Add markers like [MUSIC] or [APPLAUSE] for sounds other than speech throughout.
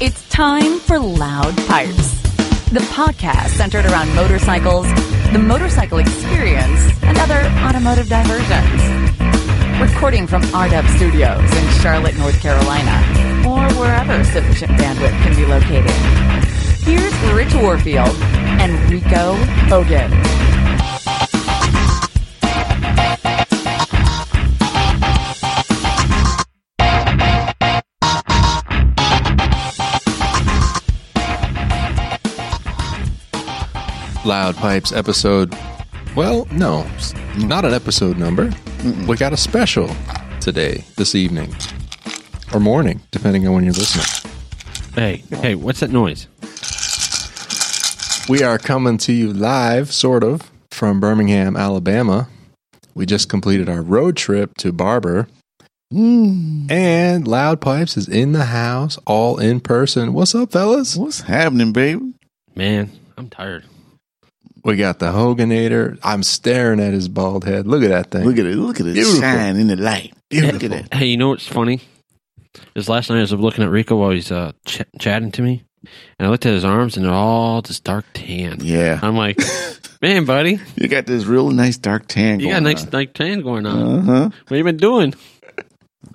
It's time for Loud Pipes, the podcast centered around motorcycles, the motorcycle experience, and other automotive diversions. Recording from RDub Studios in Charlotte, North Carolina, or wherever sufficient bandwidth can be located. Here's Rich Warfield and Rico Bogan. Loud Pipes episode. Well, no, it's not an episode number. We got a special today, this evening, or morning, depending on when you're listening. Hey, hey, what's that noise? We are coming to you live, sort of, from Birmingham, Alabama. We just completed our road trip to Barber. Mm. And Loud Pipes is in the house, all in person. What's up, fellas? What's happening, baby? Man, I'm tired. We got the Hoganator. I'm staring at his bald head. Look at that thing. Look at it. Look at it Beautiful. shine in the light. Look at Beautiful. it. Hey, you know what's funny? Is last night I was looking at Rico while he's uh, ch- chatting to me, and I looked at his arms and they're all just dark tan. Yeah. I'm like, man, buddy, You got this real nice dark tan you got going nice dark tan going on. Uh huh. What you been doing?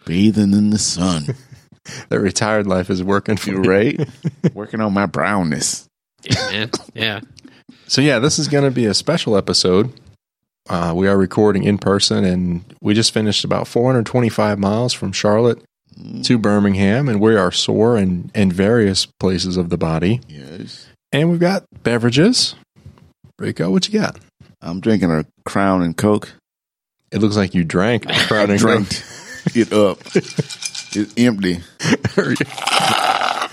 Bathing in the sun. The retired life is working for [LAUGHS] You you. right? [LAUGHS] Working on my brownness. Yeah, man. Yeah. So yeah, this is going to be a special episode. Uh, we are recording in person, and we just finished about 425 miles from Charlotte to Birmingham, and we are sore in in various places of the body. Yes. And we've got beverages. Rico, what you got? I'm drinking a Crown and Coke. It looks like you drank. [LAUGHS] Crown and Coke. Drink [LAUGHS] it up. It's empty. Are you-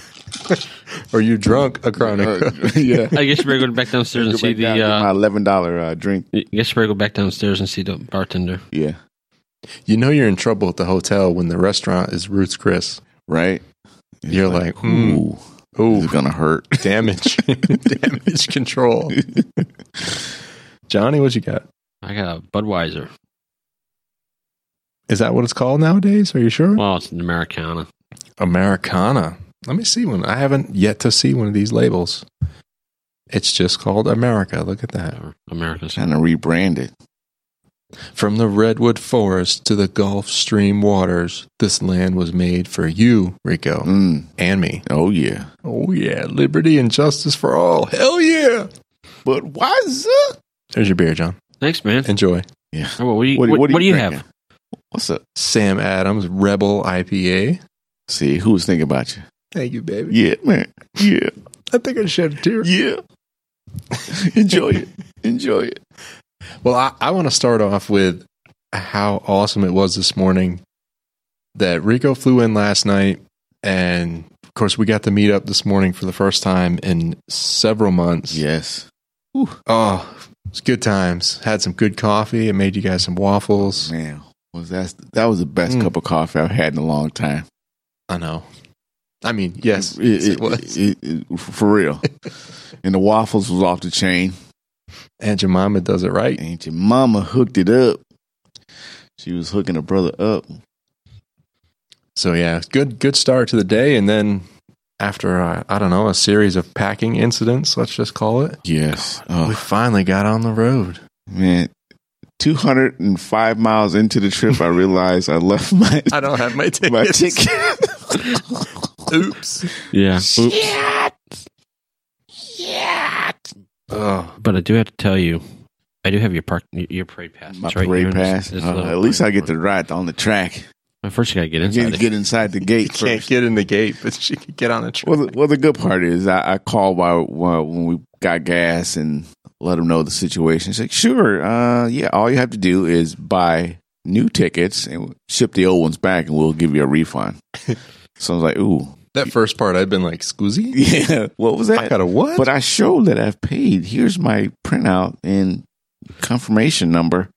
Are you [LAUGHS] drunk? A Crown and Uh, Coke. [LAUGHS] yeah. [LAUGHS] I guess you better go back downstairs and Go see back down, the. get my Uh, eleven dollar uh, drink. I guess you better go back downstairs and see the bartender. Yeah. [LAUGHS] You know you're in trouble at the hotel when the restaurant is Roots Chris. Right. You're like, mm, ooh, ooh, this is gonna hurt. [LAUGHS] damage [LAUGHS] damage control johnny what you got I got a Budweiser. is that what it's called nowadays are you sure Well, it's an Americana. americana let me see one i haven't yet to see one of these labels it's just called america look at that Whatever. America's. Trying to rebrand it. from the redwood forest to the gulf stream waters this land was made for you rico Mm. and me Oh yeah. oh yeah liberty and justice for all hell yeah But why is there's your beer john Thanks, man. enjoy Yeah. Oh, well, what do you, what, what do you have? drinking? What's up? sam adams rebel ipa See, who was thinking about you? thank you baby Yeah, man. Yeah, i think i shed a tear yeah. [LAUGHS] Enjoy it. Enjoy it. Well, I, I want to start off with how awesome it was this morning that Rico flew in last night. And of course, we got to meet up this morning for the first time in several months. Yes. Oh, it's good times. Had some good coffee. I made you guys some waffles. Man, was that that was the best Mm. cup of coffee I've had in a long time. I know. I mean, yes, It- it- it was. it- it- for [LAUGHS] real. and the waffles was off the chain. and your mama does it right. And your mama hooked it up. She was hooking her brother up. So yeah, good good start to the day. And then after uh, I don't know a series of packing incidents, let's just call it, Yes. we Oh finally got on the road. man. Two hundred and five miles into the trip, I realized [LAUGHS] I left my I don't have [LAUGHS] my tickets. my ticket. [LAUGHS] Oops. Yeah. Oop. Oh, But I do have to tell you, I do have your park, your parade pass. My It's right parade here. It's- pass. it's Uh, a little at least I parade get to one. ride on the track. Well, first, you gotta get inside. Get, it. get inside [LAUGHS] the gate can't first. get in the gate, but she could get on a Well, train. the, well, the good part is I, I called while, while when we got gas and let them know the situation. She's like, "Sure, uh, yeah. All you have to do is buy new tickets and ship the old ones back, and we'll give you [LAUGHS] a refund." so I was like, "Ooh, [LAUGHS] that first part, I've been like, "Scoozy, yeah. What was that?" I got a what?" But I show that I've paid. Here's my printout and confirmation number.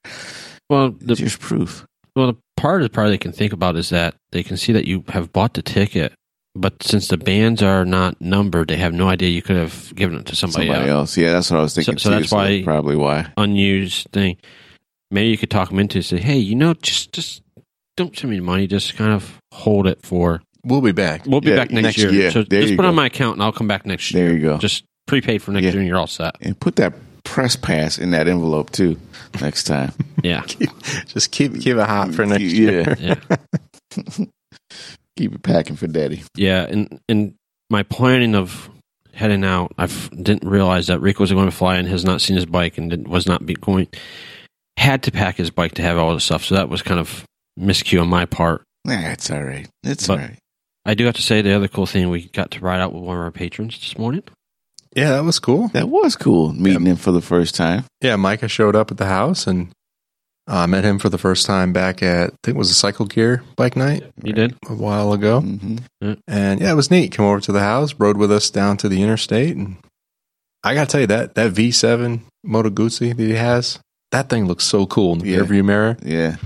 well, the Here's proof. well, the part is probably they can think about is that they can see that you have bought the ticket, but since the bands are not numbered, they have no idea you could have given it to somebody, Somebody else. else. Yeah, that's what I was thinking. so too. that's why- probably why. Unused thing. Maybe you could talk them into it, say, hey, you know, just just don't send me the money. Just kind of hold it for We'll be back. We'll be Yeah, back next, next year. year. So There just you put on go. my account and I'll come back next There year. you go. Just prepaid for next Yeah. year and you're all set. and put that press pass in that envelope too [LAUGHS] next time. Yeah. [LAUGHS] Just keep keep it hot for next Yeah. year. yeah. Keep it packing for daddy. Yeah, and and my planning of heading out, I f- didn't realize that Rico was going to fly and has not seen his bike and didn't, was not be going. Had to pack his bike to have all this stuff, so that was kind of miscue on my part. That's all right. It's But- all right. I do have to say the other cool thing we got to ride out with one of our patrons this morning. Yeah, that was cool. That was cool meeting him for the first time. Yeah, Micah showed up at the house and uh, met him for the first time back at I think it was a cycle gear bike night You did? a while ago. hmm And yeah, it was neat. Come over to the house, rode with us down to the interstate, and I gotta tell you that that V7 Moto Guzzi that he has, that thing looks so cool in the Yeah. rearview mirror. Yeah,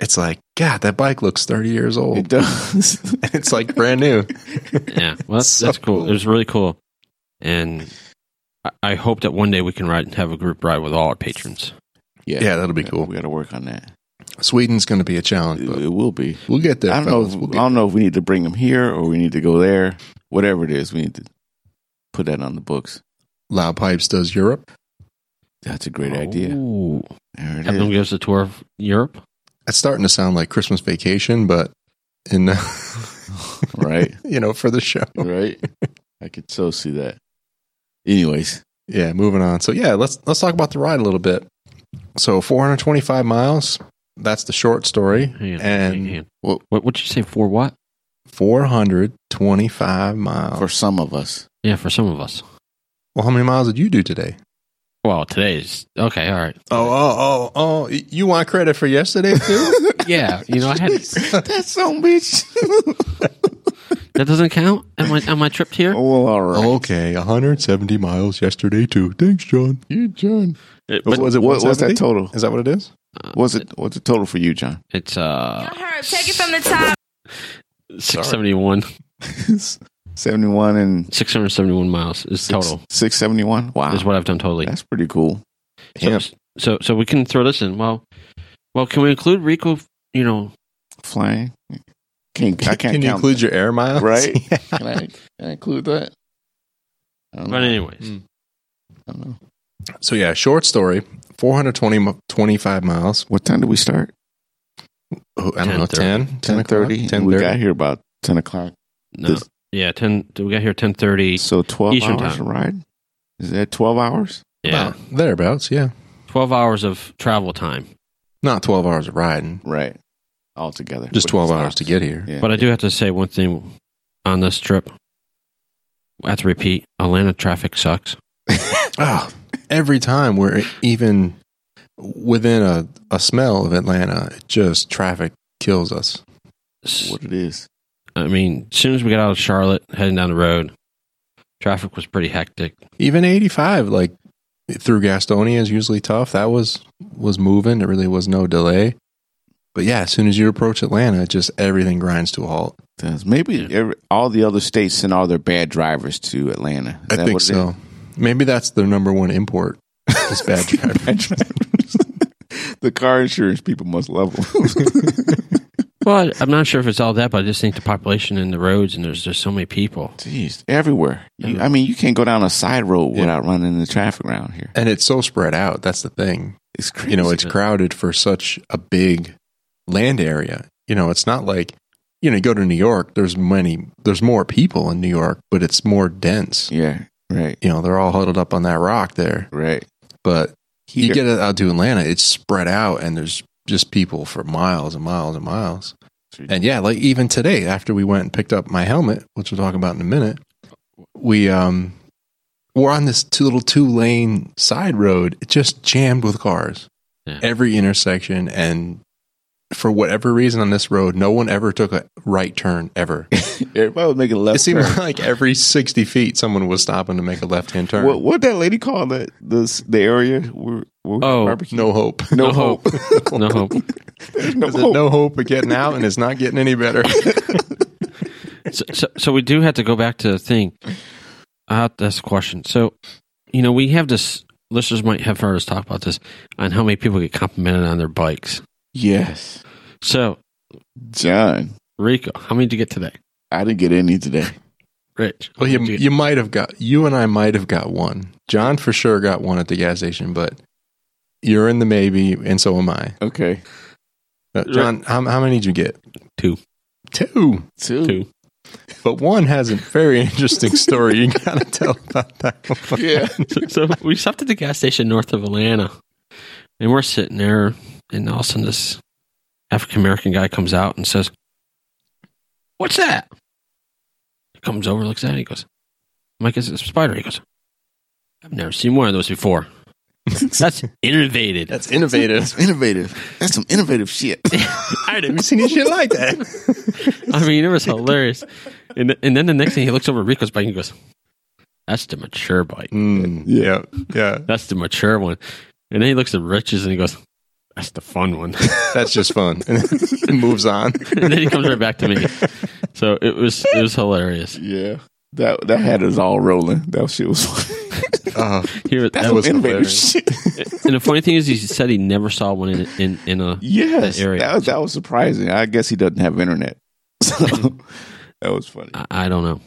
It's like, God, that bike looks 30 years it old. [LAUGHS] does. it's [LAUGHS] like brand new. Yeah. Well, that's, So that's cool. cool. It was really cool, and I, I hope that one day we can ride and have a group ride with all our patrons. [LAUGHS] Yeah, that'll be Yeah, cool. We got to work on that. Sweden's going to be a It, challenge, but it will be. we'll get there. I don't know. fellas. If, We'll I get- don't know if we need to bring him here or we need to go there. Whatever it is, we need to put that on the books. Loud Pipes does Europe. That's a great idea. Ooh. There it Oh. Have them is. give us a tour of Europe. It's starting to sound like Christmas vacation, but in [LAUGHS] [LAUGHS] Right, you know for the show. right. I could so see that. Anyways, Yeah, moving on. So yeah, let's let's talk about the ride a little bit. So 425 miles. That's the short story, Hang on, and hang on. well, what would you say for what? 425 miles. for some of us, Yeah, for some of us. well, how many miles did you do today? Well, today's okay. All right. Oh, oh, oh, oh! y- You want credit for yesterday [LAUGHS] too? Yeah, you know, I [LAUGHS] had that some bitch. that doesn't count on my on my trip here. oh, well, all right. [LAUGHS] okay, 170 miles yesterday too. Thanks, John. You, John. It- But but was it What was Uh, 170? that total? Is that what it is? What's it? What's the total for you, [LAUGHS] John? it's uh Herb, take it from the top. six seventy one, Seventy-one and six hundred seventy one miles is total. Six seventy-one. Wow, Is what I've done totally. that's pretty cool. So, so so we can throw this in. Well, well, can we include Rico? You know, Flying. Can, I can't Can you count include that. your air miles? [LAUGHS] Right? Can I, can I include that? I don't know. but anyways, Mm. I don't know. So yeah, short story. 425 miles. What time do we start? Oh, I don't know, 10, 10, 10 30, 10 We got here about 10 o'clock. no, This- yeah, ten. We got here ten thirty. So 12 Eastern hours time. to ride? Is that 12 hours? Yeah, About thereabouts, yeah. twelve hours of travel time. Not 12 hours of riding, Right. Altogether. just With 12 stops. hours to get here. Yeah. But I do have to say one thing on this trip. I have to repeat: Atlanta traffic sucks. Oh, every time we're e, even within a, a smell of Atlanta, it just traffic kills us. S- what it is. I mean, as soon as we got out of Charlotte, heading down the road, traffic was pretty hectic. Even 85, like through Gastonia is usually tough. That was was moving. There really was no delay. But yeah, as soon as you approach Atlanta, just everything grinds to a halt. Does- Maybe Yeah. every, all the other states send all their bad drivers to Atlanta. Is I that think what it so. Maybe that's their number one import. Is [LAUGHS] bad is? driving. Bad drivers. [LAUGHS] the car insurance people must love [LAUGHS] them. Well, I'm not sure if it's all that, but I just think the population and the roads, and there's just so many people. Jeez, everywhere. You, I mean, you can't go down a side road without running into traffic around here. And it's so spread out. That's the thing. It's crazy. You know, it's Yeah. crowded for such a big land area. You know, it's not like you know, you go to New York, there's many there's more people in New York, but it's more dense. yeah, right, You know, they're all huddled up on that rock there. [LAUGHS] right. But you Here. get out to Atlanta, it's spread out and there's just people for miles and miles and miles. And yeah, like even today, after we went and picked up my helmet, which we'll talk about in a minute, we um we're on this two little two lane side road, it just jammed with cars. Yeah. Every intersection and for whatever reason on this road, no one ever took a right turn [LAUGHS] ever. Everybody was making a left It seemed turn. like every sixty feet someone was stopping to make a left hand turn. What what that lady call that this the area where, where we Oh, barbecue? no hope. no, no hope. [LAUGHS] No hope. There's [LAUGHS] no Is it no hope of getting out and it's not getting any better. so, so, so we do have to go back to the thing. Uh, that's the question. So, you know, we have this. Listeners might have heard us talk about this on how many people get complimented on their bikes. Yes, So, John. Rico, how many did you get today? I didn't get any today. Rich. Well, you, Dude. you might have got you and I might have got one. John for sure got one at the gas station, but you're in the maybe, and so am I. Okay. Uh, John, how, how many did you get? Two. Two, Two. Two. but one has a very interesting story. You gotta tell about that. One. [LAUGHS] Yeah. so, so we stopped at the gas station north of Atlanta, and we're sitting there, and all of a sudden this African American guy comes out and says, "What's that?" He comes over, looks at it, he goes, "Mike, is it a spider?" He goes, "I've never seen one of those before. That's [LAUGHS] innovated. That's innovative. Innovative. That's some innovative shit. I Have you seen any shit like that? [LAUGHS] I mean, it was hilarious." And and then the next thing he looks over at Rico's bike and he goes, "That's the mature bike. Mm, yeah, yeah. That's the mature one." And then he looks at Rich's and he goes, "That's the fun one." [LAUGHS] That's just fun. [LAUGHS] And it moves on. and then he comes right back to me. So it was it was hilarious. [LAUGHS] yeah. That that had us all rolling. That shit was [LAUGHS] funny. Oh, He was- That's that some was- innovative hilarious. [LAUGHS] shit. [LAUGHS] and the funny thing is, he said he never saw one in in, in a. Yes. That area. That, was- that was surprising. I guess he doesn't have internet. [LAUGHS] So that was funny. I, I don't know.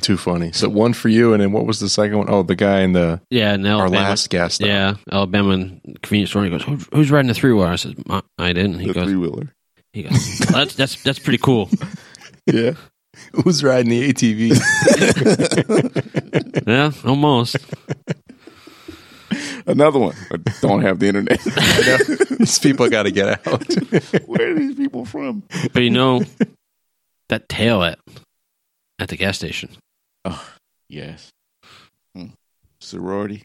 too funny. So one for you, and then what was the second one? Oh, the guy in the Yeah, and our Alabama. last gas stop. Oh, yeah, Alabama convenience store. And he goes, Who, "Who's riding the three wheeler?" I said, "Ma- "I did." And he the goes, three wheeler. "He goes, "Well, that's that's that's pretty cool." [LAUGHS] Yeah. [LAUGHS] Who's riding the [LAUGHS] ATV? Yeah, almost. Another one. I don't have the internet. These people got to get out. Where are these people from? But you know, that tail at at the gas station. Yes. Hmm. Sorority.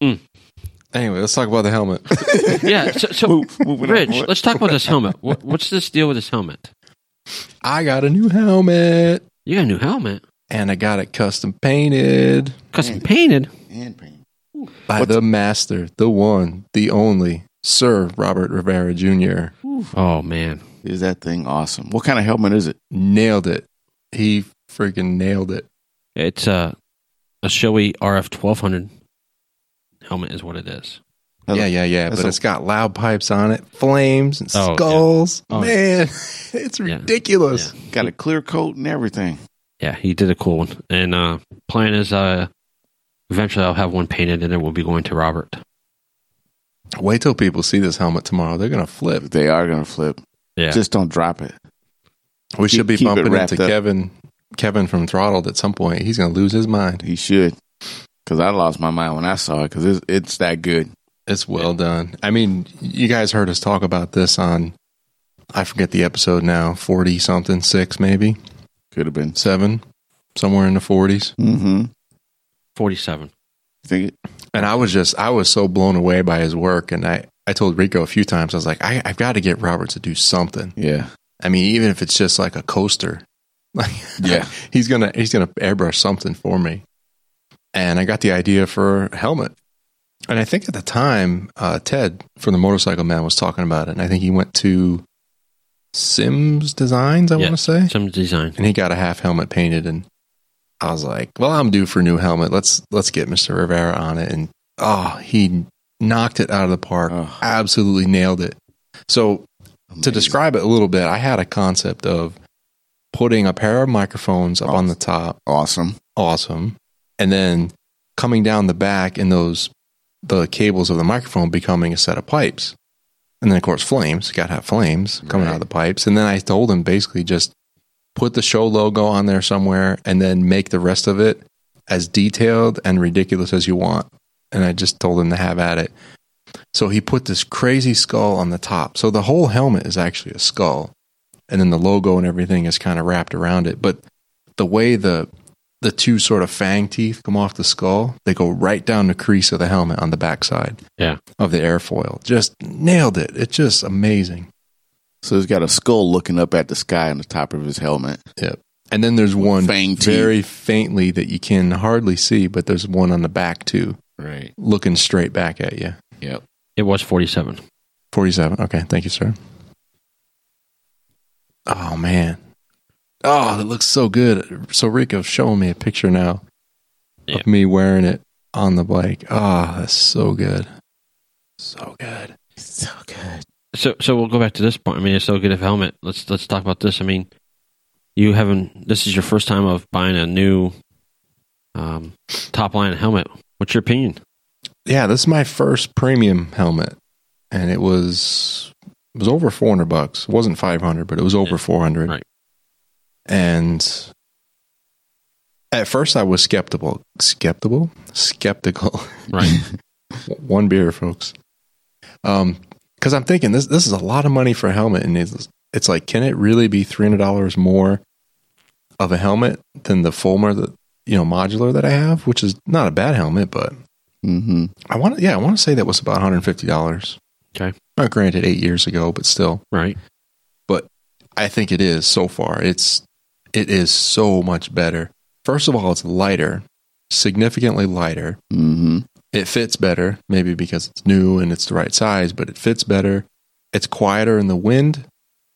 Anyway, let's talk about the helmet. [LAUGHS] Yeah. So, so moving on. Rich, What- let's talk about this helmet. What, what's this deal with this helmet? I got a new helmet, You got a new helmet, and I got it custom painted Mm. custom painted. Hand paint. by the master, the one, the only, Sir Robert Rivera Jr. Oh man. Is that thing awesome? What kind of helmet is it? Nailed it. He freaking nailed it. It's a a showy RF twelve hundred helmet is what it is. That's- yeah, yeah, yeah. that's But a- it's got loud pipes on it, flames and Oh, yeah. skulls. Oh, yeah. Man, [LAUGHS] it's Yeah. ridiculous. Got a clear coat and everything. Yeah, he did a cool one. And uh plan is uh eventually I'll have one painted and it will be going to Robert. Wait till people see this helmet tomorrow. They're gonna flip. They are gonna flip. Yeah. Just don't drop it. We Keep- should be keep it bumping wrapped into up. Kevin Kevin from Throttled at some point. He's gonna lose his mind. He should. Cause I lost my mind when I saw it. Cause it's, it's that good. It's well done. I mean, you guys heard us talk about this on I forget the episode now, forty something, six maybe, Could have been. seven, somewhere in the forties. Mm-hmm. forty seven. Think it, And I was just I was so blown away by his work and I, I told Rico a few times, I was like, I, I've got to get Robert to do something. yeah. I mean, even if it's just like a coaster. [LAUGHS] Like Yeah. he's gonna he's gonna airbrush something for me and i got the idea for a helmet and i think at the time uh, ted from the motorcycle man was talking about it and i think he went to sims designs i Yeah. want to say Some design. and he got a half helmet painted and i was like well i'm due for a new helmet let's let's get mr rivera on it and oh he knocked it out of the park [LAUGHS] Oh. absolutely nailed it so to Amazing. describe it a little bit i had a concept of putting a pair of microphones up on the top awesome. awesome. And then coming down the back and those the cables of the microphone becoming a set of pipes. And then of course flames, gotta have flames coming out of the pipes. And then I told him basically just put the show logo on there somewhere and then make the rest of it as detailed and ridiculous as you want. And I just told him to have at it. So he put this crazy skull on the top. So the whole helmet is actually a skull. And then the logo and everything is kind of wrapped around it. But the way the the two sort of fang teeth come off the skull, they go right down the crease of the helmet on the backside Yeah. of the airfoil. Just nailed it. It's just amazing. So he's got a skull looking up at the sky on the top of his helmet. Yep. And then there's one Fang teeth. very faintly that you can hardly see, but there's one on the back too, Right. looking straight back at you. Yep. It was forty seven. 47. Okay. Thank you, sir. Oh, man. Oh, it looks so good. So Rico's showing me a picture now Yeah. of me wearing it on the bike. Ah, that's so good. So good. So good. So so we'll go back to this point. I mean it's so good of helmet. Let's let's talk about this. I mean you haven't. This is your first time of buying a new um, top line helmet. What's your opinion? Yeah, this is my first premium helmet, and it was it was over four hundred bucks. It wasn't five hundred, but it was over Yeah, four hundred. right. And at first, I was skeptical, skeptical, skeptical. Right. One beer, folks. Um, because I'm thinking this this is a lot of money for a helmet, and it's it's like, can it really be three hundred dollars more of a helmet than the Fulmer that you know modular that I have, which is not a bad helmet, but Mm-hmm. I want to, yeah, I want to say that was about $150. Okay. Not granted, eight years ago, but still, right. I think it is so far. It's, it is so much better. First of all, it's lighter, significantly lighter. Mm-hmm. It fits better, maybe because it's new and it's the right size, but it fits better. It's quieter in the wind.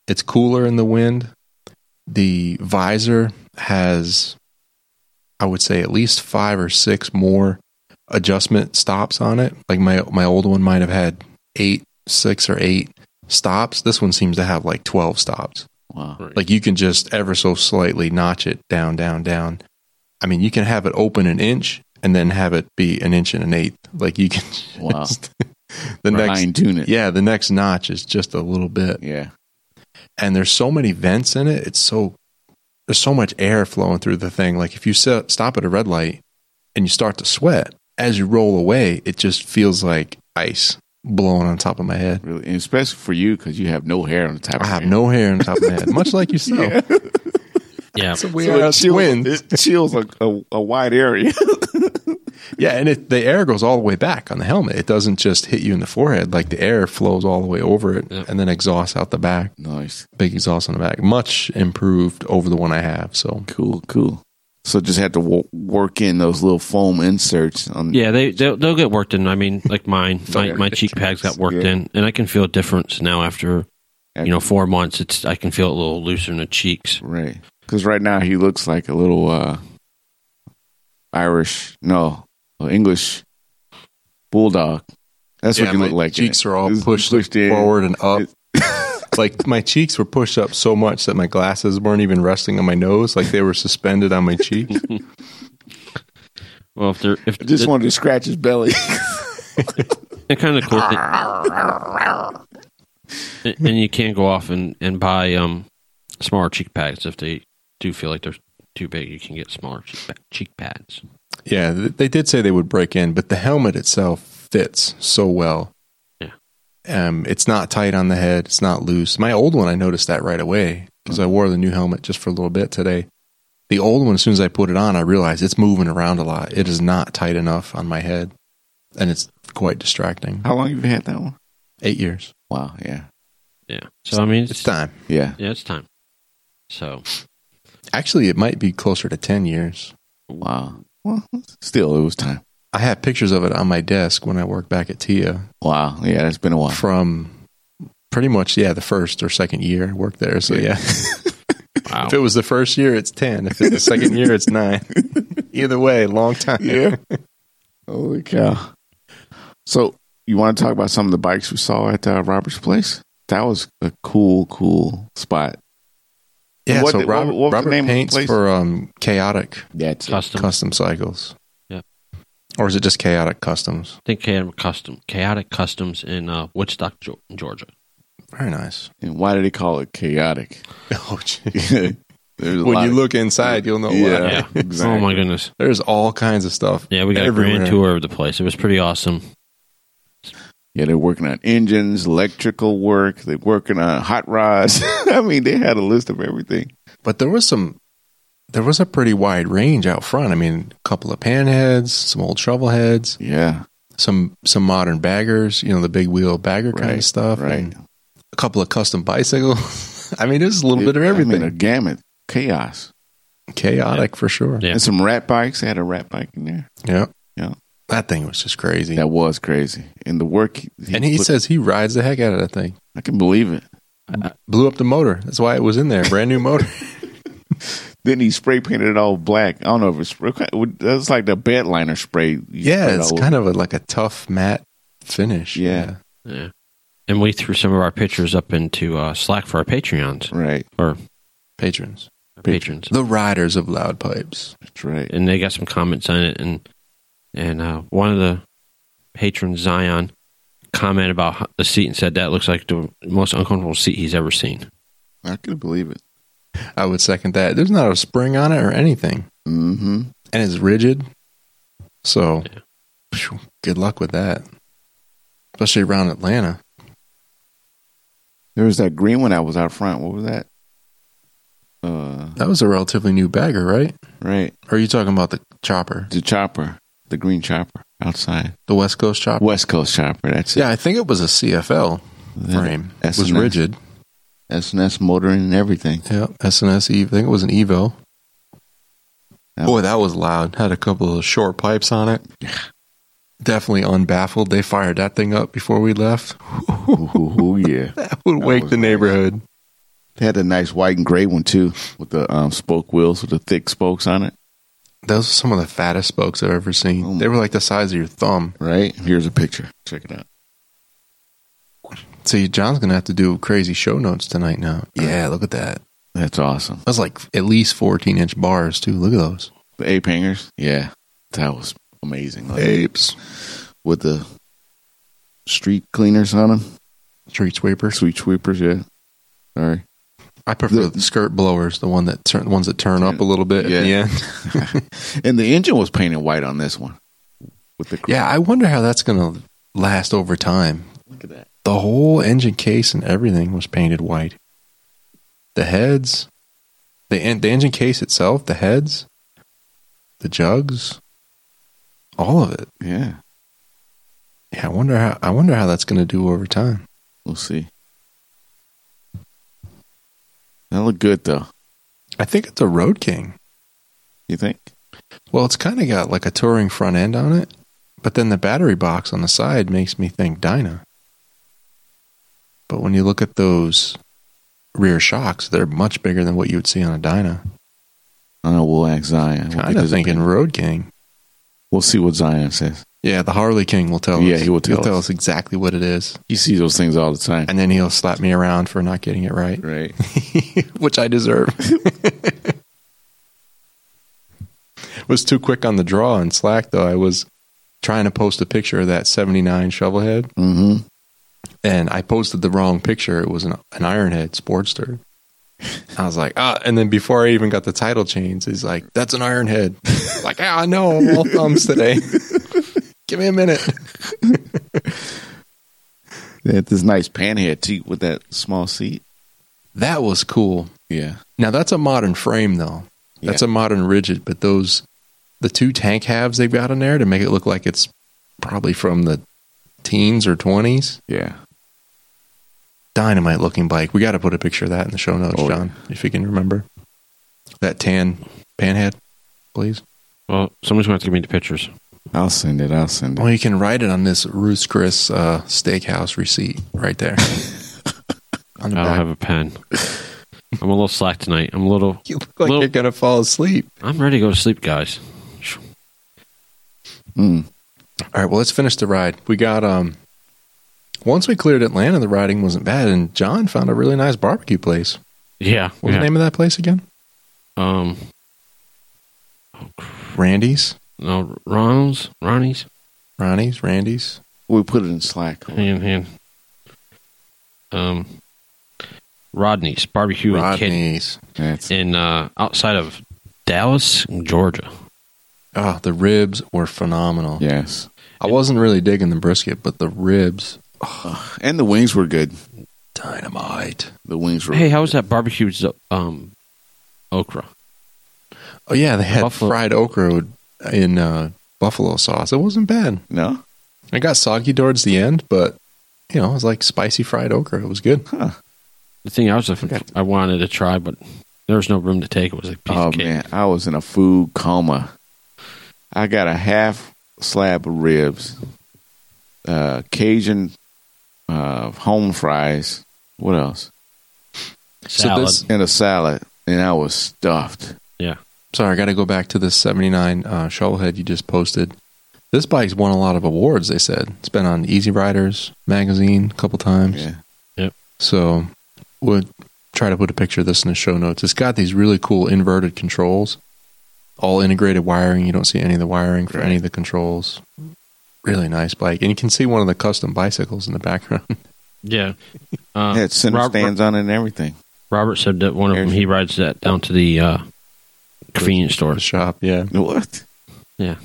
It's cooler in the wind. The visor has, I would say, at least five or six more adjustment stops on it. Like my my old one might have had eight, six or eight stops. This one seems to have like twelve stops. Wow. Right. Like you can just ever so slightly notch it down, down, down. I mean, you can have it open an inch and then have it be an inch and an eighth. Like you can [LAUGHS] Wow. just, the Fine tune it. next yeah, the next notch is just a little bit. Yeah. And there's so many vents in it. It's so there's so much air flowing through the thing. Like if you set, stop at a red light and you start to sweat as you roll away, it just feels like ice blowing on top of my head. Really. And especially for you because you have no hair on the top I of have your no hair on top of my head, much like yourself. Yeah. Yeah. We So are it chills, twins. it chills a, a, a wide area. [LAUGHS] Yeah, and it, the air goes all the way back on the helmet. It doesn't just hit you in the forehead. Like the air flows all the way over it Yep. and then exhausts out the back. nice. Big exhaust on the back. Much improved over the one I have. So Cool, cool. So just had to wo- work in those little foam inserts on Yeah, they they'll, they'll get worked in. I mean, like [LAUGHS] mine, my, Sorry. my cheek pads got worked Yeah. in, and I can feel a difference now after you know four months. It's I can feel it a little looser in the cheeks. Right. Because right now he looks like a little uh, Irish, no, English bulldog. That's Yeah, what you my look like. in Cheeks it. are all It's pushed, in. forward and up. [LAUGHS] like my cheeks were pushed up so much that my glasses weren't even resting on my nose. Like they were suspended on my cheek. Well, if they're if I just the- wanted to scratch his [LAUGHS] belly. the kind of cool thing, [LAUGHS] and and you can go off and and buy um smaller cheek pads if they do feel like they're too big. You can get smaller cheek, pa- cheek pads. Yeah, th- they did say they would break in, but the helmet itself fits so well. Yeah. Um, it's not tight on the head. It's not loose. My old one, I noticed that right away because I wore the new helmet just for a little bit today. The old one, as soon as I put it on, I realized it's moving around a lot. It is not tight enough on my head, and it's quite distracting. How long have you had that one? Eight years. Wow. Yeah. Yeah. So I mean, it's, It's time. Yeah. Yeah, it's time. [LAUGHS] So Actually, it might be closer to 10 years. Wow. Well, still, it was time. I have pictures of it on my desk when I worked back at TIA Wow. Yeah, it's been a while. from pretty much, yeah, the first or second year I worked there. So, yeah. wow. If it was the first year, it's 10. If it's the second year, it's [LAUGHS] 9. Either way, long time. Yeah. Holy cow. So, you want to talk about some of the bikes we saw at uh, Robert's place? That was a cool, cool spot. Yeah, What- so what- Robert, what was the Robert name of the paints place? for um, Chaotic That's it. custom. Custom Cycles. Yep. Or is it just Chaotic Customs? I think chaotic custom chaotic customs in uh, Woodstock, Geo- Georgia. Very [LAUGHS] nice. And why do they call it chaotic? [LAUGHS] Oh, gee. There's a when lot you of- look inside, you'll know Yeah. why. Yeah. [LAUGHS] exactly. Oh my goodness. There's all kinds of stuff. Yeah, we got a grand everywhere. tour of the place. It was pretty awesome. yeah, they're working on engines, electrical work. They're working on hot rods. [LAUGHS] I mean, they had a list of everything. But there was some, there was a pretty wide range out front. I mean, a couple of panheads, some old shovel heads, Yeah, some some modern baggers. You know, the big wheel bagger kind Right, of stuff. right. and a couple of custom bicycles. [LAUGHS] I mean, it was a little bit of I mean, everything. a gamut, chaos, Chaotic for sure. Yeah. and some rat bikes. They had a rat bike in there. Yeah. Yeah. That thing was just crazy. That was crazy. And the work, he, and he put- says he rides the heck out of that thing. I can believe it. Blew up the motor. That's why it was in [LAUGHS] there. Brand new motor. Then he spray painted it all black. I don't know if it's that's like the bedliner spray. yeah, it's kind of a, like a tough matte finish. Yeah. Yeah. And we threw some of our pictures up into uh, Slack for our Patreons right. or Patrons. patrons, The riders of loud pipes. That's right. and they got some comments on it. And and uh, one of the patrons, Zion, commented about ho- the seat and said that looks like the most uncomfortable seat he's ever seen. I couldn't believe it. I would second that. There's not a spring on it or anything, Mm-hmm. and it's rigid. So, phew, good luck with that, especially around Atlanta. There was that green one that was out front. What was that? Uh, That was a relatively new bagger, right? right. Or are you talking about the chopper, The chopper, the green chopper outside, the West Coast chopper? West Coast chopper. That's it. Yeah, I think it was a CFL That frame. It was SNS rigid. SNS motoring and everything. Yeah, SNS. E- I think it was an Evo. That Boy, that was loud. Had a couple of short pipes on it. Definitely unbaffled. They fired that thing up before we left. [LAUGHS] Ooh, yeah. That would That wake was the nice. neighborhood. They had a nice white and gray one too, with the um, spoke wheels with the thick spokes on it. Those are some of the fattest spokes I've ever seen. Oh my- they were like the size of your thumb. Right. Here's a picture. Check it out. See, John's gonna have to do crazy show notes tonight now. Yeah, look at that. That's awesome. That's like at least fourteen inch bars too. Look at those The ape hangers. Yeah, that was amazing. Like, apes, with the street cleaners on them, street sweepers. sweet sweepers. Yeah. Sorry. I prefer The- the skirt blowers, the one that turn ones that turn up a little bit Yeah. at the end. [LAUGHS] And the engine was painted white on this one. With the Yeah, I wonder how that's gonna last over time. look at that. The whole engine case and everything was painted white. The heads, the en- the engine case itself, the heads, the jugs, all of it. Yeah, Yeah, I wonder how I wonder how that's going to do over time. we'll see. That looked good though. I think it's a Road King. You think? Well, it's kind of got like a touring front end on it, but then the battery box on the side makes me think Dyna. But when you look at those rear shocks, they're much bigger than what you would see on a Dyna. I don't know. We'll ask Zion. We'll Kind get of his thinking opinion. Road King. We'll see what Zion says. Yeah, the Harley King will tell Yeah, us. he will tell He'll tell us. us exactly what it is, He sees those things all the time, and then he'll slap me around for not getting it right, [LAUGHS] right? which I deserve. [LAUGHS] was too quick on the draw in Slack though. I was trying to post a picture of that 79 shovelhead hmm and I posted the wrong picture. It was an, an Ironhead Sportster. I was like, ah, and then before I even got the title change, he's like, that's an Ironhead. like, ah, no, I'm all thumbs today. [LAUGHS] Give me a minute. They had this nice panhead too with that small seat. That was cool. Yeah, Now that's a modern frame though. That's a Yeah. modern rigid, but those the two tank halves they've got in there to make it look like it's probably from the teens or 20s. yeah. dynamite looking bike. We got to put a picture of that in the show notes, Oh, yeah. John, if you can remember. That tan panhead, please. Well, someone's going to have to give me the pictures. I'll send it. I'll send it. Well, you can write it on this Ruth's Chris uh, steakhouse receipt right there. on the back. I don't have [LAUGHS] a pen. I'm a little slack tonight. I'm a little. you look like Little- you're gonna fall asleep. I'm ready to go to sleep, guys. Mm. All right, well, let's finish the ride. We got um. Once we cleared Atlanta, the riding wasn't bad, and John found a really nice barbecue place. Yeah. What was yeah. the name of that place again? Um. Randy's, No, Ron's, Ronnie's. Ronnie's, Randy's. We put it in Slack. Hang on, hang on. Um. Rodney's barbecue and kid Rodney's. That's in uh, outside of Dallas, Georgia. Ah, the ribs were phenomenal. yes. I wasn't really digging the brisket, but the ribs, And the wings were good. dynamite. The wings were Hey, how was that barbecue? z- Um, okra. Oh yeah, they had Buffalo- fried okra in uh, buffalo sauce. It wasn't bad. no. It got soggy towards the end, but you know, it was like spicy fried okra. It was good. Huh. The thing I was looking, Okay. I wanted to try, but there was no room to take. It was a piece Oh of cake. man, I was in a food coma. I got a half slab of ribs, uh, Cajun uh, home fries. What else? Salad. So this, And a salad, and I was stuffed. yeah. sorry, I got to go back to this '79 uh, shovelhead you just posted. This bike's won a lot of awards. They said it's been on Easy Riders magazine a couple times. Yeah, So, would try to put a picture of this in the show notes. It's got these really cool inverted controls, all integrated wiring. You don't see any of the wiring for any of the controls. Really nice bike, and you can see one of the custom bicycles in the background. Yeah. Uh, yeah, it's center Rob- stands on it and everything. Robert said that one of them he rides that down to the uh, convenience store. the shop, yeah, What? Yeah.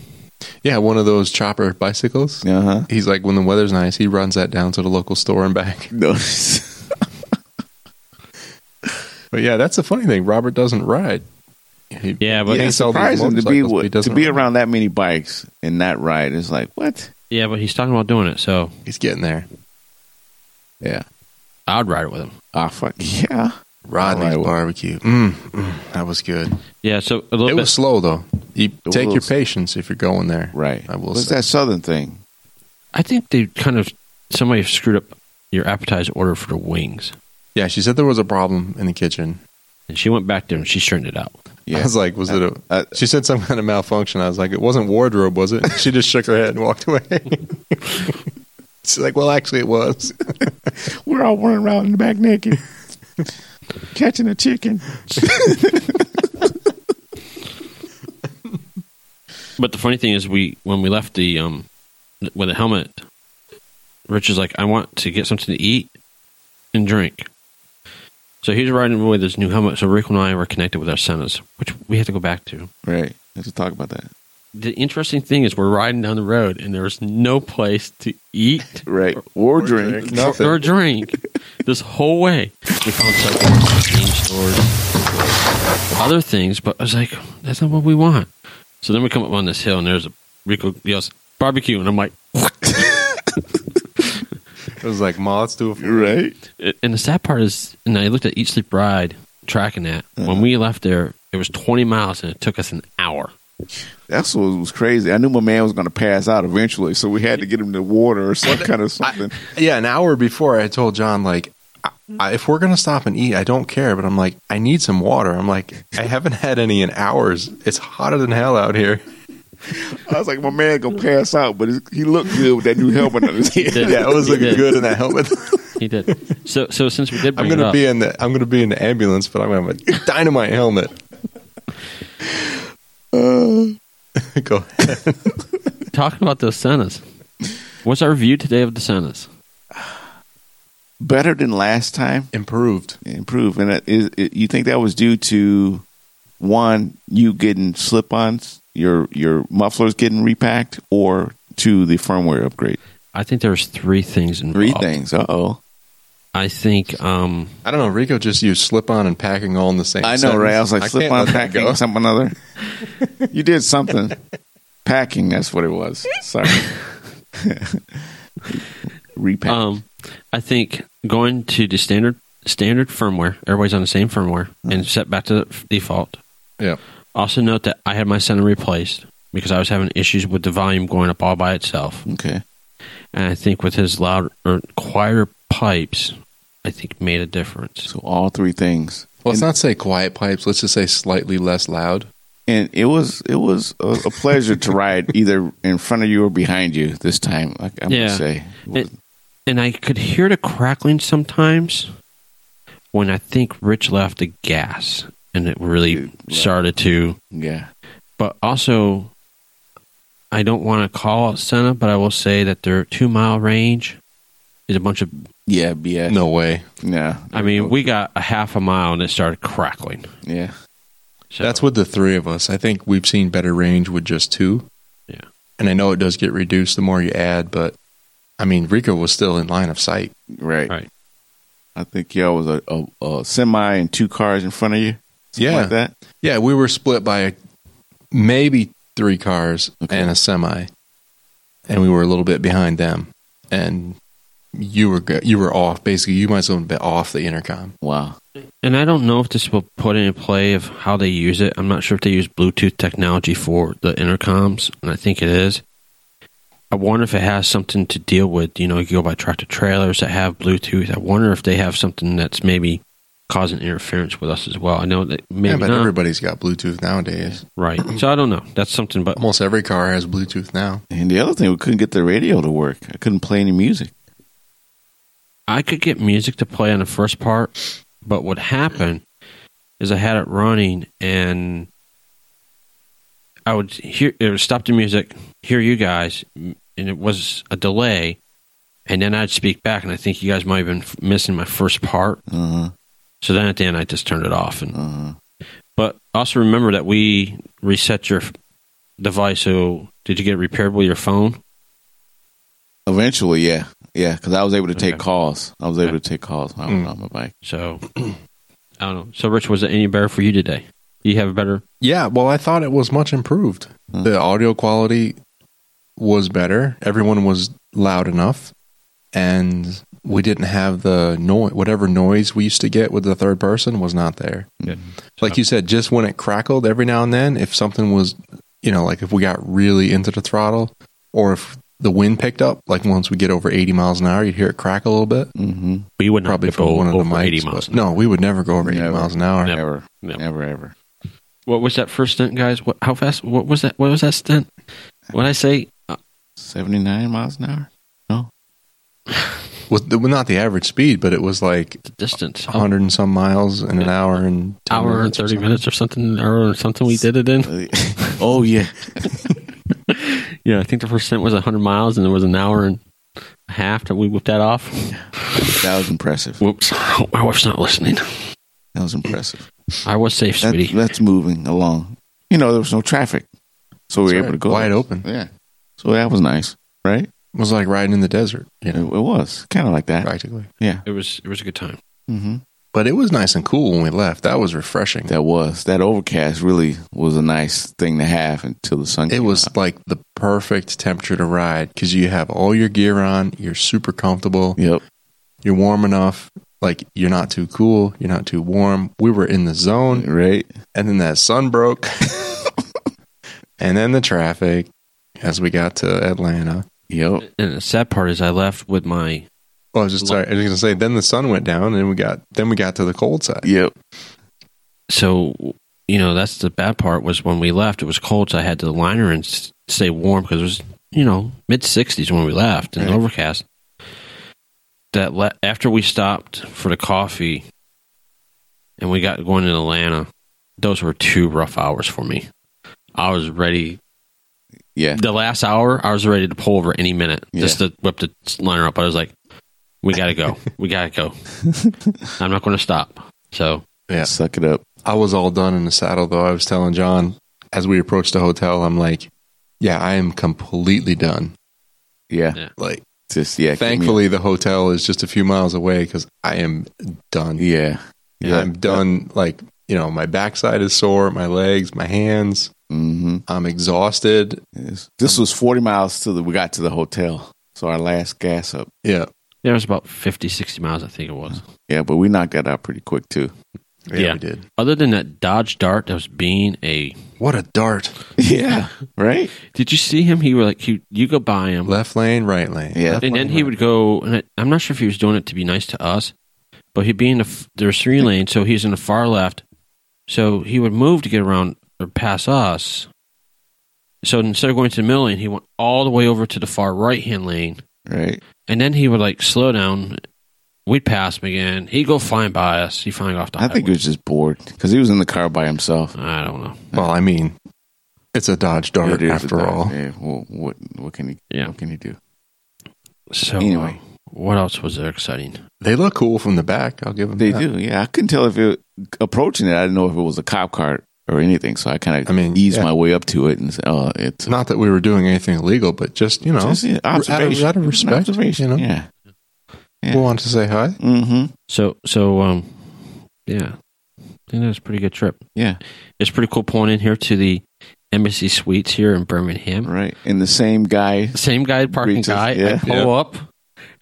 yeah, one of those chopper bicycles. Uh huh. He's like, when the weather's nice, he runs that down to the local store and back. [LAUGHS] [LAUGHS] No. But yeah, that's the funny thing. Robert doesn't ride. He, Yeah, but he yeah, hates it's all these surprising to be motorcycles, but he with, to doesn't be ride. around that many bikes and not ride. It's like what? yeah, but he's talking about doing it, so He's getting there. Yeah. I'd ride it with him. Ah, fuck [LAUGHS] yeah. Rodney's All right. barbecue. Mm, mm, that was good. Yeah, so a little It bit. was slow though. You It take your was- patience if you're going there. Right. I will What's say. that southern thing? I think they kind of somebody screwed up your appetizer order for the wings, Yeah, she said there was a problem in the kitchen. and she went back there and she straightened it out. I was like, was it a? Uh, she said some kind of malfunction. I was like, it wasn't wardrobe, was it? She just shook her head and walked away. [LAUGHS] She's like, well, actually, it was. We're all running around in the back naked, [LAUGHS] catching a chicken. But the funny thing is, we when we left the um with the helmet, Rich is like, I want to get something to eat and drink. So he's riding away with his new helmet. So Rick and I were connected with our Sennas, which we had to go back to. Right. Let's talk about that. The interesting thing is, we're riding down the road and there's no place to eat Right. War drink. Nothing. [LAUGHS] or drink this whole way. We found Subway, game stores, other things, but I was like, that's not what we want. So then we come up on this hill and there's a Rico yells, barbecue. And I'm like, It was like moths to a flame. Right. and the sad part is, and I looked at each sleep ride tracking that. When we left there, it was 20 miles and it took us an hour. That's what was crazy. I knew my man was going to pass out eventually, so we had to get him to water or some kind of something. Yeah, an hour before, I told John like, I- I, if we're gonna stop and eat, I don't care. But I'm like, I need some water. I'm like, I haven't had any in hours. It's hotter than hell out here. I was like, my man going to pass out, but he looked good with that new helmet on his [LAUGHS] head. [LAUGHS] did. Yeah, it was He looking did. good in that helmet. [LAUGHS] He did. So, so since we did I'm bring it gonna up, be in the I'm gonna be in the ambulance, but I'm gonna have a dynamite helmet. Uh. [LAUGHS] Go ahead. talking about those Sennas, what's our review today of the Sennas? Better than last time. Improved. Improve. And that is, it, you think that was due to one, you getting slip ons, your, your mufflers getting repacked, or two, the firmware upgrade? I think there's three things involved. Three things. Uh oh. I think um, I don't know. Rico just used slip on and packing all in the same. I know, sentence. right? I was like, can't slip let on that packing go. something another. you did something. packing, that's what it was. Sorry. [LAUGHS] Repack. Um, I think going to the standard standard firmware, everybody's on the same firmware, Mm-hmm. and set back to the default. Yeah. Also note that I had my center replaced because I was having issues with the volume going up all by itself, okay. and I think with his louder or quieter pipes, I think made a difference. So all three things. Well, let's not say quiet pipes. Let's just say slightly less loud. And it was it was a, a pleasure to ride either in front of you or behind you this time. I, I Yeah. would say. It- and I could hear the crackling sometimes when I think Rich left the gas, and it really Dude, right. started to. yeah. but also I don't want to call out Senna, but I will say that their two mile range is a bunch of. Yeah, BS. No way. Yeah. I mean, we got a half a mile and it started crackling. Yeah. So, That's with the three of us. I think we've seen better range with just two. Yeah. And I know it does get reduced the more you add, but I mean, Rico was still in line of sight. Right. Right. I think y'all was a, a, a semi and two cars in front of you. Something Yeah. Like that. Yeah, we were split by maybe three cars Okay. and a semi, and we were a little bit behind them. And you were go- you were off. Basically, you might as well have been off the intercom. Wow. and I don't know if this will put into play of how they use it. I'm not sure if they use Bluetooth technology for the intercoms, and I think it is. I wonder if it has something to deal with. You know, you go by tractor trailers that have Bluetooth. I wonder if they have something that's maybe causing interference with us as well. I know that maybe yeah, but not. everybody's got Bluetooth nowadays. Right. So I don't know. That's something, but Almost every car has Bluetooth now. And the other thing, we couldn't get the radio to work. I couldn't play any music. I could get music to play on the first part, But what happened is I had it running and I would hear it would stop the music, hear you guys, and it was a delay. And then I'd speak back, and I think you guys might have been f- missing my first part. Uh-huh. So then at the end, I just turned it off. And Uh-huh. but also remember that we reset your f- device. So did you get it repaired with your phone? Eventually, yeah. Yeah, because I was able to take Okay. Mm. calls. I was able Okay. to take calls when I was on my bike. So [CLEARS THROAT] I don't know. So Rich, was it any better for you today? Do you have a better? Yeah, well, I thought it was much improved. Hmm. The audio quality was better. Everyone was loud enough, and we didn't have the noise. Whatever noise we used to get with the third person was not there. Good. Like you said, just when it crackled every now and then, if something was, you know, like if we got really into the throttle, or if the wind picked up, like once we get over eighty miles an hour, you'd hear it crack a little bit. Mm-hmm. We would not Probably go from one of the over mics. eighty but- miles. No, we would never go over eighty Never. miles an hour. Never. Ever, Yep. ever, ever. What was that first stint, guys? What? How fast? What was that? What was that stint? What I say? Uh, 79 miles an hour? [LAUGHS] Was the, well, not the average speed, but it was like the distance. An hundred and some miles in an hour and 10 hour and minutes or thirty something. minutes or something, or something. We did it in. Uh, oh, yeah. [LAUGHS] Yeah, I think the first stint was hundred miles, and it was an hour and a half that we whipped that off. That was impressive. Whoops! [LAUGHS] My wife's not listening. That was impressive. I was safe, That, sweetie. that's moving along. You know, there was no traffic. So we were That's able right. to go. Wide open. Yeah. So that was nice, right? It was like riding in the desert, you It, know, it was kind of like that. practically. Yeah. It was it was a good time. Mm-hmm. But it was nice and cool when we left. That was refreshing. That was. That overcast really was a nice thing to have until the sun It came was out. like the perfect temperature to ride because you have all your gear on, you're super comfortable, Yep. you're warm enough, like you're not too cool, you're not too warm. We were in the zone, Right? and then that sun broke, [LAUGHS] and then the traffic as we got to Atlanta. Yep. And the sad part is, I left with my Well, I was just sorry. I was gonna say. Then the sun went down, and we got then we got to the cold side. Yep. so you know that's the bad part was when we left. It was cold, so I had the liner and s- stay warm because it was you know mid sixties when we left and Right. overcast. That le- after we stopped for the coffee, and we got going to Atlanta, those were two rough hours for me. I was ready. Yeah. The last hour, I was ready to pull over any minute just to whip the liner up. I was like, "We gotta go. we gotta go. I'm not going to stop." So Yeah. Suck it up. I was all done in the saddle, though. I was telling John as we approached the hotel, I'm like, yeah, I am completely done. Yeah. Yeah. Like, Just yeah. keep me- thankfully, the hotel is just a few miles away because I am done. Yeah. Yeah. I'm done. Like, you know, my backside is sore, my legs, my hands. Mm-hmm. I'm exhausted. This was 40 miles till the, we got to the hotel. So our last gas up. Yeah. There was about 50, 60 miles, I think it was. Yeah, but we knocked that out pretty quick too. [LAUGHS] Yeah, Yeah. we did. Other than that Dodge Dart that was being a. What a dart. Yeah. right? Did you see him? He were like, he, you go by him. Left lane, right lane. Yeah. Left and then lane, he right. would go, and I, I'm not sure if he was doing it to be nice to us, but he'd be in the. f- There's three lanes, so he's in the far left. So he would move to get around or pass us. So instead of going to the middle lane, he went all the way over to the far right hand lane. Right. And then he would like slow down. We'd pass him again. He'd go flying by us. He'd flying off the I think he highway. was just bored because he was in the car by himself. I don't know. Well, I mean, it's a Dodge Dart It is a after dog. all. Yeah. Well, what what can he Yeah. what can he do? So Anyway. uh, what else was there exciting? They look cool from the back. I'll give them They that. do. Yeah. I couldn't tell if it approaching it. I didn't know if it was a cop car or anything. So I kind of I mean, eased yeah. my way up to it and said, "Oh, it's Not that we were doing anything illegal, but just, you know, Just, yeah, out of- observation. out of An respect, observation. you know? Yeah. we want to say hi. Mm-hmm. So so um yeah. I think that was a pretty good trip. Yeah. It's pretty cool pulling in here to the embassy suites here in Birmingham. Right. And the same guy. The same guy, parking Reaches- guy, I yeah. pull Yeah. up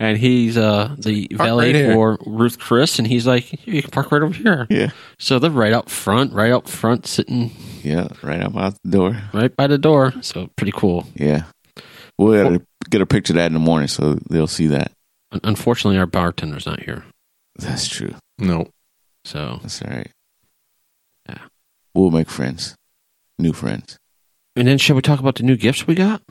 and he's uh the Park right valet here. for Ruth Chris and he's like, You can park right over here. Yeah. So they're right up front, right up front, sitting Yeah. Right up out the door. right by the door. So pretty cool. Yeah. We'll have to get a picture of that in the morning so they'll see that. Un- Unfortunately our bartender's not here. That's true. No. So That's all right. Yeah. We'll make friends. New friends. and then shall we talk about the new gifts we got?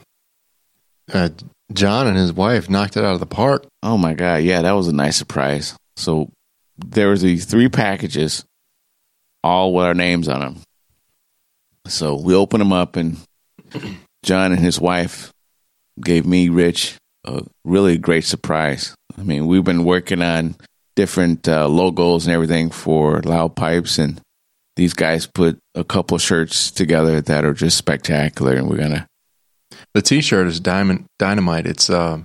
uh, John and his wife knocked it out of the park. Oh my God. Yeah. That was a nice surprise. So there was these three packages, all with our names on them. So we opened them up, and John and his wife gave me Rich a really great surprise. I mean, we've been working on different uh, logos and everything for Loud Pipes, and these guys put a couple shirts together that are just spectacular, and we're gonna The T-shirt is diamond dynamite. It's uh,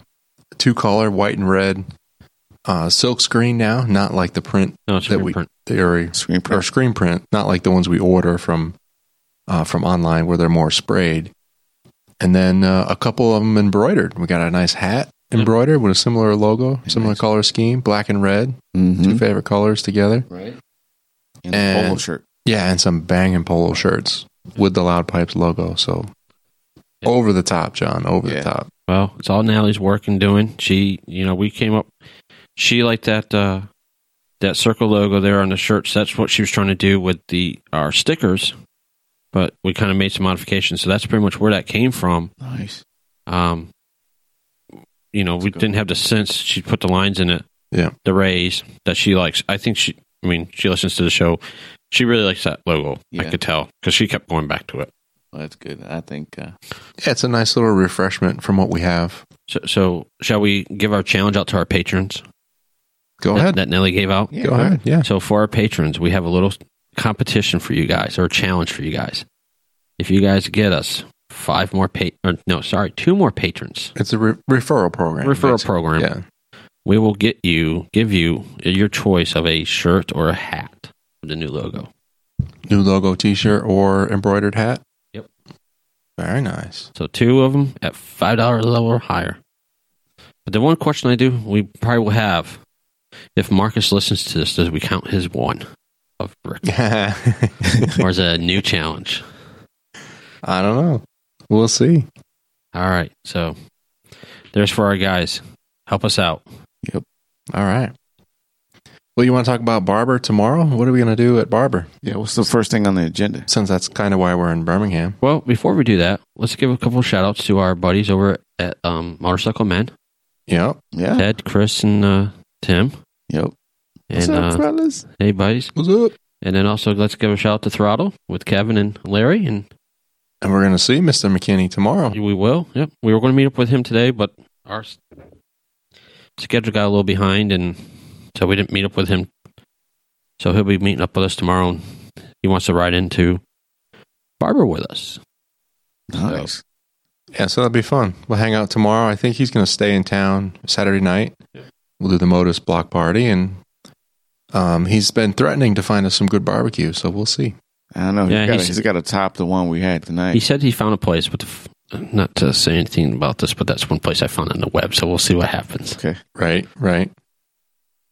two color, white and red, uh, silk screen now, not like the print No, it's that we print. theory screen or print. screen print, not like the ones we order from uh, from online where they're more sprayed. And then uh, a couple of them embroidered. We got a nice hat embroidered with a similar logo, similar color scheme, black and red, two Mhm. favorite colors together. right? And, a Mm-hmm. And- polo shirt. Yeah, and some banging polo shirts with the Loud Pipes logo. So Yeah. over the top, John, over Yeah. the top. Well, it's all Natalie's work and doing. She, you know, we came up. She liked that uh, that circle logo there on the shirts. That's what she was trying to do with the our stickers, but we kind of made some modifications. So that's pretty much where that came from. Nice. Um, you know, we That's good. didn't have the sense. She put the lines in it. Yeah. the rays that she likes. I think she. I mean, she listens to the show. She really likes that logo. I Yeah. could tell because she kept going back to it. Well, that's good. I think uh, Yeah, it's a nice little refreshment from what we have. So, so shall we give our challenge out to our patrons? Go that, ahead. That Nelly gave out. yeah, Go ahead. Yeah. So for our patrons, we have a little competition for you guys or a challenge for you guys. If you guys get us five more pa- or no, sorry, two more patrons It's a re- referral program. referral basically. program, Yeah. we will get you give you your choice of a shirt or a hat with the new logo. New logo t shirt or embroidered hat. Yep. Very nice. [LAUGHS] So two of them at five dollar level or higher. But the one question I do we probably will have if Marcus listens to this, does we count his one of brick I or is it a new challenge? don't know. We'll see. All right, so there's for our guys. Help us out. All right. Well, you want to talk about Barber tomorrow? What are we going to do at Barber? Yeah, what's the first thing on the agenda? Since that's kind of why we're in Birmingham. Well, before we do that, let's give a couple shout outs to our buddies over at um, Motorcycle Men Yep. Yeah. Ted, Chris, and uh, Tim. Yep. And uh, fellas? hey, buddies. What's up? And then also, let's give a shout out to Throttle with Kevin and Larry. And And we're going to see Mr. McKinney tomorrow. we will. Yep. We were going to meet up with him today, but our s- schedule got a little behind. And so we didn't meet up with him. So he'll be meeting up with us tomorrow. And he wants to ride into Barber with us. Nice. Yeah, so that'll be fun. We'll hang out tomorrow. I think he's going to stay in town Saturday night. We'll do the Modus block party, and um, he's been threatening to find us some good barbecue. So we'll see. I don't know. Yeah, he's, got he's- he's got to top the one we had tonight. He said he found a place, but the, f- not to say anything about this, but that's one place I found on the web. So we'll see what happens. okay. Right, right.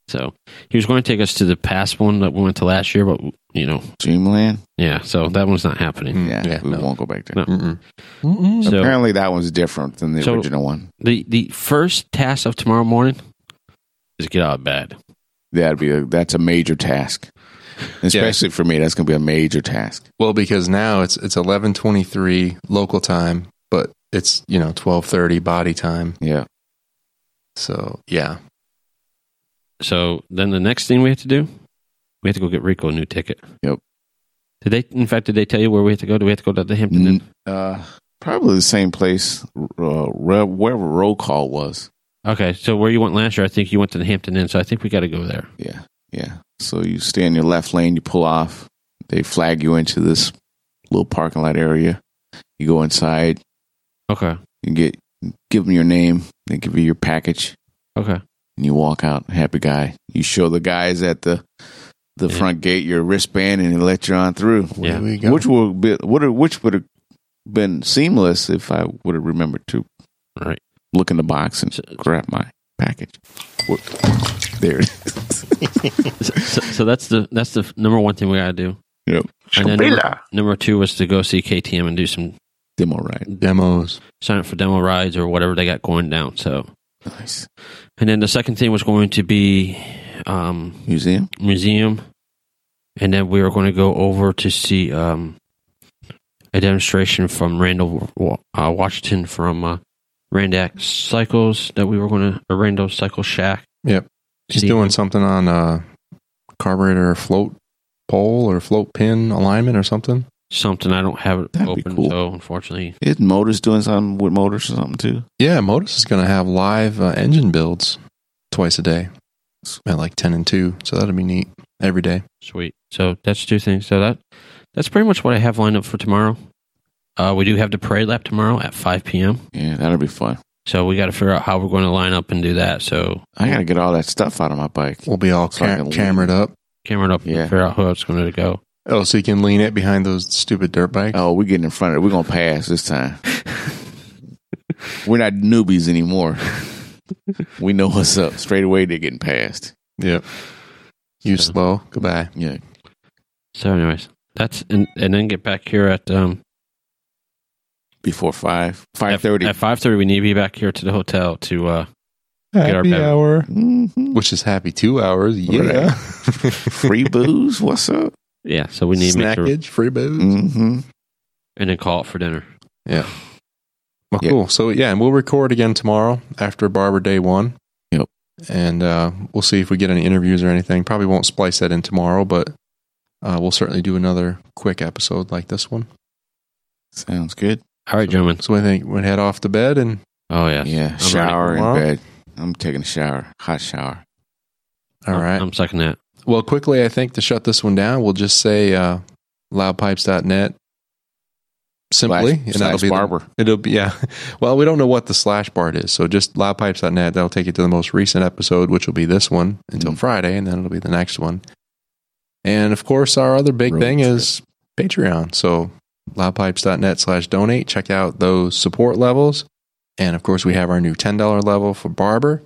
So he was going to take us to the past one that we went to last year, but you know, Dreamland? yeah. So that one's not happening. Mm, Yeah. we no. won't go back there. No. Mm-mm. Mm-mm. So Hmm. Apparently, that one's different than the So- original one. the the first task of tomorrow morning is get out of bed. That'd be a, that's a major task, especially for me. That's going to be a major task. Well, because now it's it's eleven twenty three local time, but it's you know twelve thirty body time. Yeah. So yeah, So then the next thing we have to do, we have to go get Rico a new ticket. Yep. Did they? In fact, did they tell you where we have to go? Do we have to go to the Hampton? Inn? N- Uh, probably the same place uh, re- wherever roll call was. Okay, so where you went last year, I think you went to the Hampton Inn. So I think we got to go there. Yeah. Yeah. So you stay in your left lane, you pull off, they flag you into this little parking lot area. You go inside, Okay. you get give them your name, they give you your package, Okay. and you walk out happy guy. You show the guys at the the Yeah. front gate your wristband and they let you on through. Where Yeah. do we go? Which would be would have- which would have been seamless if I would have remembered to Right. look in the box and grab my package. Whoop. There it is. so, so so that's the that's the number one thing we gotta do. Yep. And then number, number two was to go see KTM and do some Demo ride. demos? sign up for demo rides or whatever they got going down. So, Nice. and then the second thing was going to be um, Museum. museum, and then we were going to go over to see um, a demonstration from Randall Wa- uh, Washington from uh, Randak Cycles that we were going to or Randall Cycle Shack. He's See- doing something on uh, carburetor float pole or float pin alignment or something. Something I don't have it That'd be open cool. though, unfortunately. Is Motors doing something with Motors or something too? Yeah, Modus is going to have live uh, engine builds twice a day at like 10 and 2. So that'll be neat every day. Sweet. So that's two things. So that that's pretty much what I have lined up for tomorrow. Uh, we do have the parade lap tomorrow at 5 p.m. Yeah, that'll be fun. So we got to figure out how we're going to line up and do that. So I gotta get all that stuff out of my bike. We'll be all So I ca- can leave. camered up. camera it up and Yeah. figure out who it's going to go. Oh, so you can lean it behind those stupid dirt bikes. Oh, we're getting in front of it. We're gonna pass this time. we're not newbies anymore. we know what's up. Straight away they're getting passed. Yep. You So- slow. Goodbye. Yeah. So, anyways, that's and, and then get back here at um Before five. at- Five thirty. At five thirty, we need to be back here to the hotel to uh Get our Happy bed. hour. Mm-hmm. Which is happy two hours. Yeah. [LAUGHS] Free booze. What's up? yeah. So we need to make sure Mm. Snackage, free booze. Mm-hmm. and then call it for dinner. Yeah. Well, Yeah. cool. So yeah, and we'll record again tomorrow after Barber Day One. Yep. And uh, we'll see if we get any interviews or anything. Probably won't splice that in tomorrow, but uh, we'll certainly do another quick episode like this one. Sounds good. All right, gentlemen. So I think we'll head off to bed and Oh yes. Yeah. I'm shower ready. in Wow. bed. I'm taking a shower. Hot shower. all I'm- right. I'm sucking that. well, quickly, I think to shut this one down, we'll just say uh, loudpipes.net simply, Slash- and slash that'll be the- barber. It'll be yeah. [LAUGHS] Well, we don't know what the slash part is, so just loudpipes.net. That'll take you to the most recent episode, which will be this one until Mm. Friday, and then it'll be the next one. And of course, our other big Road thing trip. is Patreon. So loudpipes.net slash donate. Check out those support levels, and of course, we have our new ten dollar level for Barber,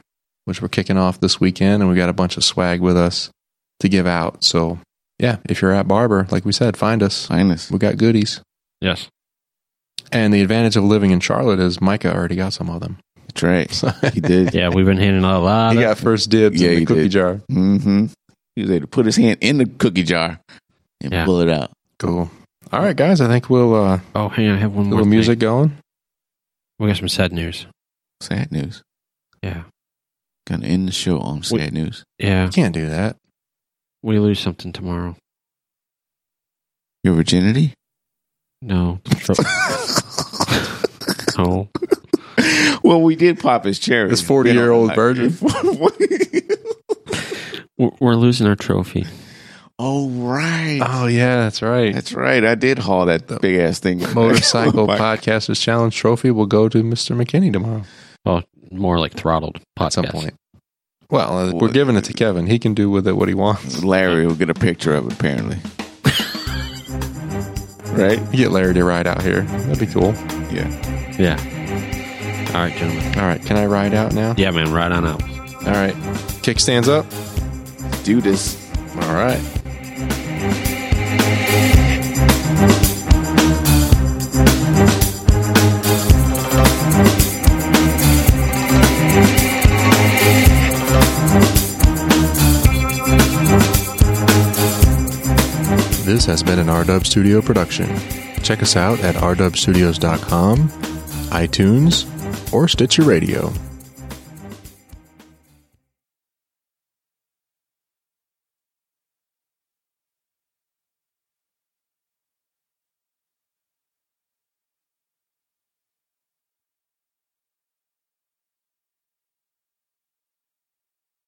which we're kicking off this weekend, and we got a bunch of swag with us to give out. So yeah, if you're at Barber, like we said, find us. Sinus. We got goodies. Yes. And the advantage of living in Charlotte is Micah already got some of them. [LAUGHS] That's right. So He did. Yeah, we've been handing out a lot. he of- got first dibs Yeah, in he the cookie did. jar. Mm-hmm. He was able to put his hand in the cookie jar and Yeah. pull it out. Cool. All right, guys. I think we'll uh, oh, hang on, I have one more little thing. music going. We got some sad news. Sad news. Yeah, Gonna end the show on sad We- news. yeah. You can't do that. We lose something tomorrow. Your virginity? No, no. well, we did pop his cherry. This [LAUGHS] 40-year-old virgin. We're, we're losing our trophy. oh right. Oh yeah, that's right. That's [LAUGHS] right. I did haul that The big ass thing. [LAUGHS] Oh Motorcycle Back. Podcasters Challenge Trophy will go to Mr. McKinney tomorrow Well, more like throttled podcast. at some point. Well, uh, we're What? giving it to Kevin. He can do with it what he wants. [LAUGHS] Larry will get a picture of it apparently. right? Get Larry to ride out here. That'd be cool. Yeah. Yeah. All right, gentlemen. All right, can I ride out now? Yeah, man. Right on out. All right, kickstands up. Do this. All right. This has been an RDub Studio production. Check us out at rdubstudios.com, iTunes, or Stitcher Radio.